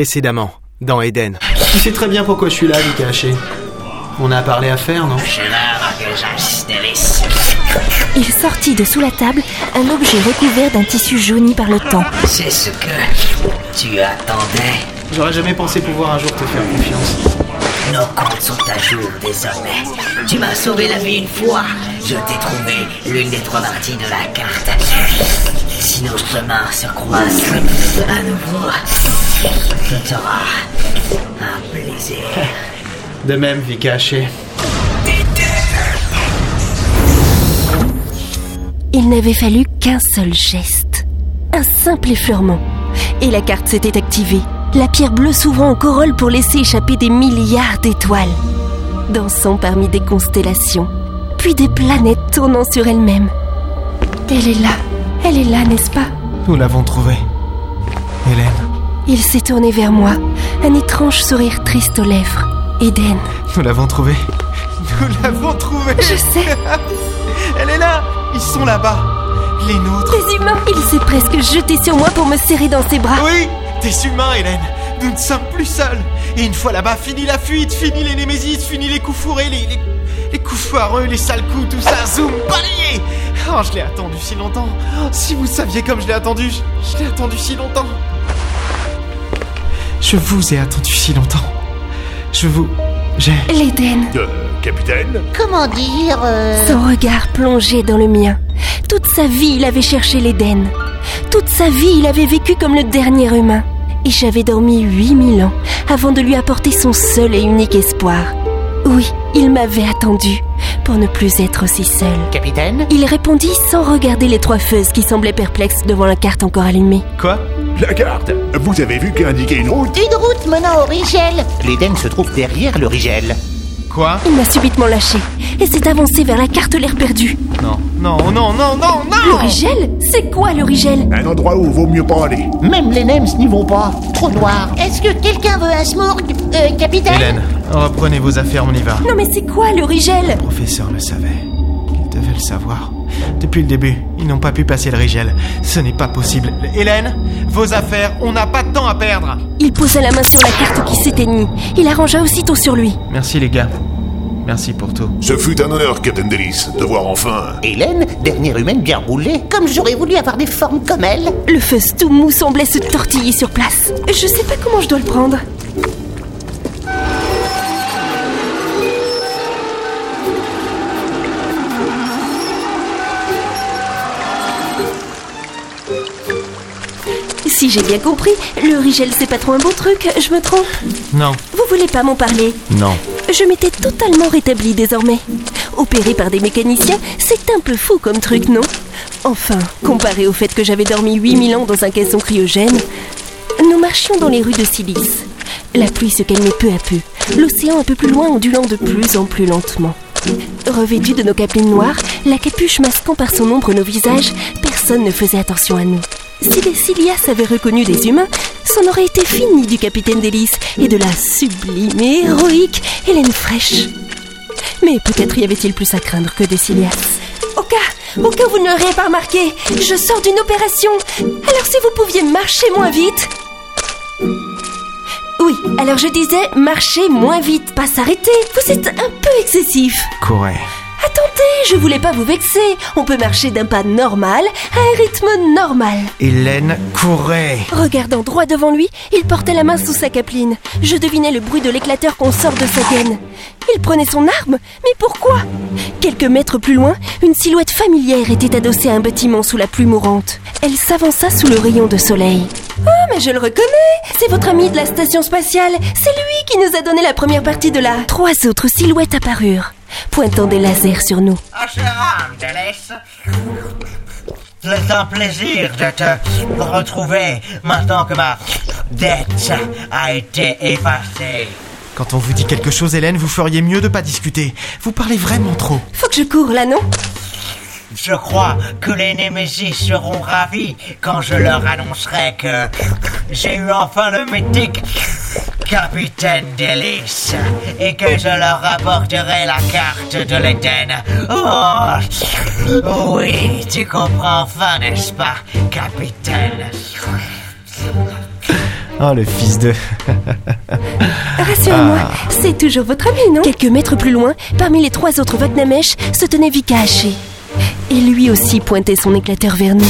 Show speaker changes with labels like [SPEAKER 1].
[SPEAKER 1] précédemment dans Eden.
[SPEAKER 2] Tu sais très bien pourquoi je suis là, Vika Haché. On a parlé à faire, non
[SPEAKER 3] Il sortit de sous la table un objet recouvert d'un tissu jauni par le temps.
[SPEAKER 4] C'est ce que tu attendais.
[SPEAKER 2] J'aurais jamais pensé pouvoir un jour te faire confiance.
[SPEAKER 4] Nos comptes sont à jour désormais. Tu m'as sauvé la vie une fois. Je t'ai trouvé l'une des trois parties de la carte. Si nos chemins se croisent à nouveau, tu auras un plaisir.
[SPEAKER 2] De même, Vika Haché.
[SPEAKER 3] Il n'avait fallu qu'un seul geste, un simple effleurement, et la carte s'était activée, la pierre bleue s'ouvrant en corolle pour laisser échapper des milliards d'étoiles, dansant parmi des constellations, puis des planètes tournant sur elles-mêmes. Elle est là, elle est là, n'est-ce pas
[SPEAKER 2] Nous l'avons trouvé. Hélène,
[SPEAKER 3] Il s'est tourné vers moi, un étrange sourire triste aux lèvres. Eden,
[SPEAKER 2] nous l'avons trouvé. Nous l'avons trouvé
[SPEAKER 3] je sais,
[SPEAKER 2] Elle est là Ils sont là-bas Les nôtres
[SPEAKER 3] des humains Il s'est presque jeté sur moi pour me serrer dans ses bras.
[SPEAKER 2] Oui Des humains, Hélène Nous ne sommes plus seuls Et une fois là-bas, fini la fuite, fini les Némésis, fini les coups fourrés, les, les, les coups foireux, les sales coups, tout ça, zoom, balayé Oh, je l'ai attendu si longtemps Oh, Si vous saviez comme je l'ai attendu Je, je l'ai attendu si longtemps Je vous ai attendu si longtemps Je vous... J'ai...
[SPEAKER 3] L'Éden,
[SPEAKER 5] Euh, capitaine
[SPEAKER 6] Comment dire euh,
[SPEAKER 3] Son regard plongeait dans le mien. Toute sa vie, il avait cherché l'Éden. Toute sa vie, il avait vécu comme le dernier humain. Et j'avais dormi 8000 ans avant de lui apporter son seul et unique espoir. Oui, il m'avait attendu pour ne plus être aussi seul.
[SPEAKER 4] Capitaine
[SPEAKER 3] Il répondit sans regarder les trois feuses qui semblaient perplexes devant la carte encore allumée.
[SPEAKER 2] Quoi
[SPEAKER 5] La carte Vous avez vu qu'indiquer une route
[SPEAKER 6] Une route menant au Rigel
[SPEAKER 7] L'Éden se trouve derrière le Rigel.
[SPEAKER 2] Quoi
[SPEAKER 3] Il m'a subitement lâché et s'est avancé vers la carte l'air perdue.
[SPEAKER 2] Non, non, non, non, non,
[SPEAKER 3] Le
[SPEAKER 2] non
[SPEAKER 3] Rigel C'est quoi le Rigel
[SPEAKER 5] Un endroit où vaut mieux pas aller.
[SPEAKER 7] Même les Nems n'y vont pas.
[SPEAKER 6] Trop noir Est-ce que quelqu'un veut un smourg Euh, capitaine
[SPEAKER 2] Hélène, reprenez vos affaires, on y va.
[SPEAKER 3] Non mais c'est quoi le Rigel
[SPEAKER 2] professeur le savait. Ils devaient le savoir. Depuis le début, ils n'ont pas pu passer le rigel. Ce n'est pas possible. Hélène, vos affaires, on n'a pas de temps à perdre.
[SPEAKER 3] Il posa la main sur la carte qui s'éteignit. Il la rangea aussitôt sur lui.
[SPEAKER 2] Merci les gars. Merci pour tout.
[SPEAKER 5] Ce fut un honneur, Captain Delis, de voir enfin.
[SPEAKER 7] Hélène, dernière humaine bien roulée.
[SPEAKER 6] Comme j'aurais voulu avoir des formes comme elle
[SPEAKER 3] Le feu tout mou semblait se tortiller sur place. Je sais pas comment je dois le prendre. Si j'ai bien compris, le rigel c'est pas trop un beau truc, je me trompe.
[SPEAKER 2] Non,
[SPEAKER 3] Vous voulez pas m'en parler
[SPEAKER 2] non.
[SPEAKER 3] Je m'étais totalement rétablie désormais. Opérée par des mécaniciens, c'est un peu fou comme truc, non Enfin, comparé au fait que j'avais dormi 8000 ans dans un caisson cryogène, nous marchions dans les rues de Silice. La pluie se calmait peu à peu, l'océan un peu plus loin ondulant de plus en plus lentement. Revêtus de nos capines noires, la capuche masquant par son ombre nos visages, personne ne faisait attention à nous. Si les Silias avaient reconnu des humains, c'en aurait été fini du capitaine d'Hélice et de la sublime et héroïque Hélène Fraîche. Mais peut-être y avait-il plus à craindre que des Silias. Au cas, au cas où vous ne l'auriez pas remarqué, je sors d'une opération. Alors si vous pouviez marcher moins vite. Oui, alors je disais marcher moins vite, pas s'arrêter. Vous êtes un peu excessif.
[SPEAKER 2] Corée.
[SPEAKER 3] Attendez, je voulais pas vous vexer. On peut marcher d'un pas normal à un rythme normal.
[SPEAKER 2] Hélène, courez
[SPEAKER 3] Regardant droit devant lui, il portait la main sous sa capeline. Je devinais le bruit de l'éclateur qu'on sort de sa gaine. Il prenait son arme Mais pourquoi Quelques mètres plus loin, une silhouette familière était adossée à un bâtiment sous la pluie mourante. Elle s'avança sous le rayon de soleil. Ah, mais je le reconnais C'est votre ami de la station spatiale C'est lui qui nous a donné la première partie de la... Trois autres silhouettes apparurent, pointant des lasers sur nous.
[SPEAKER 4] Ah, cher homme, Delis. C'est un plaisir de te retrouver maintenant que ma dette a été effacée.
[SPEAKER 2] Quand on vous dit quelque chose, Hélène, vous feriez mieux de pas discuter. Vous parlez vraiment trop.
[SPEAKER 3] Faut que je cours là, non
[SPEAKER 4] Je crois que les Némésis seront ravis quand je leur annoncerai que j'ai eu enfin le mythique Capitaine Délice et que je leur apporterai la carte de l'Éden. Oh, oui, tu comprends enfin, n'est-ce pas, Capitaine
[SPEAKER 2] Oh, le fils de.
[SPEAKER 3] Rassurez-moi, c'est toujours votre ami, non Quelques mètres plus loin, parmi les trois autres Vatnamesh, se tenait Vikashi. Et lui aussi pointait son éclateur vers nous.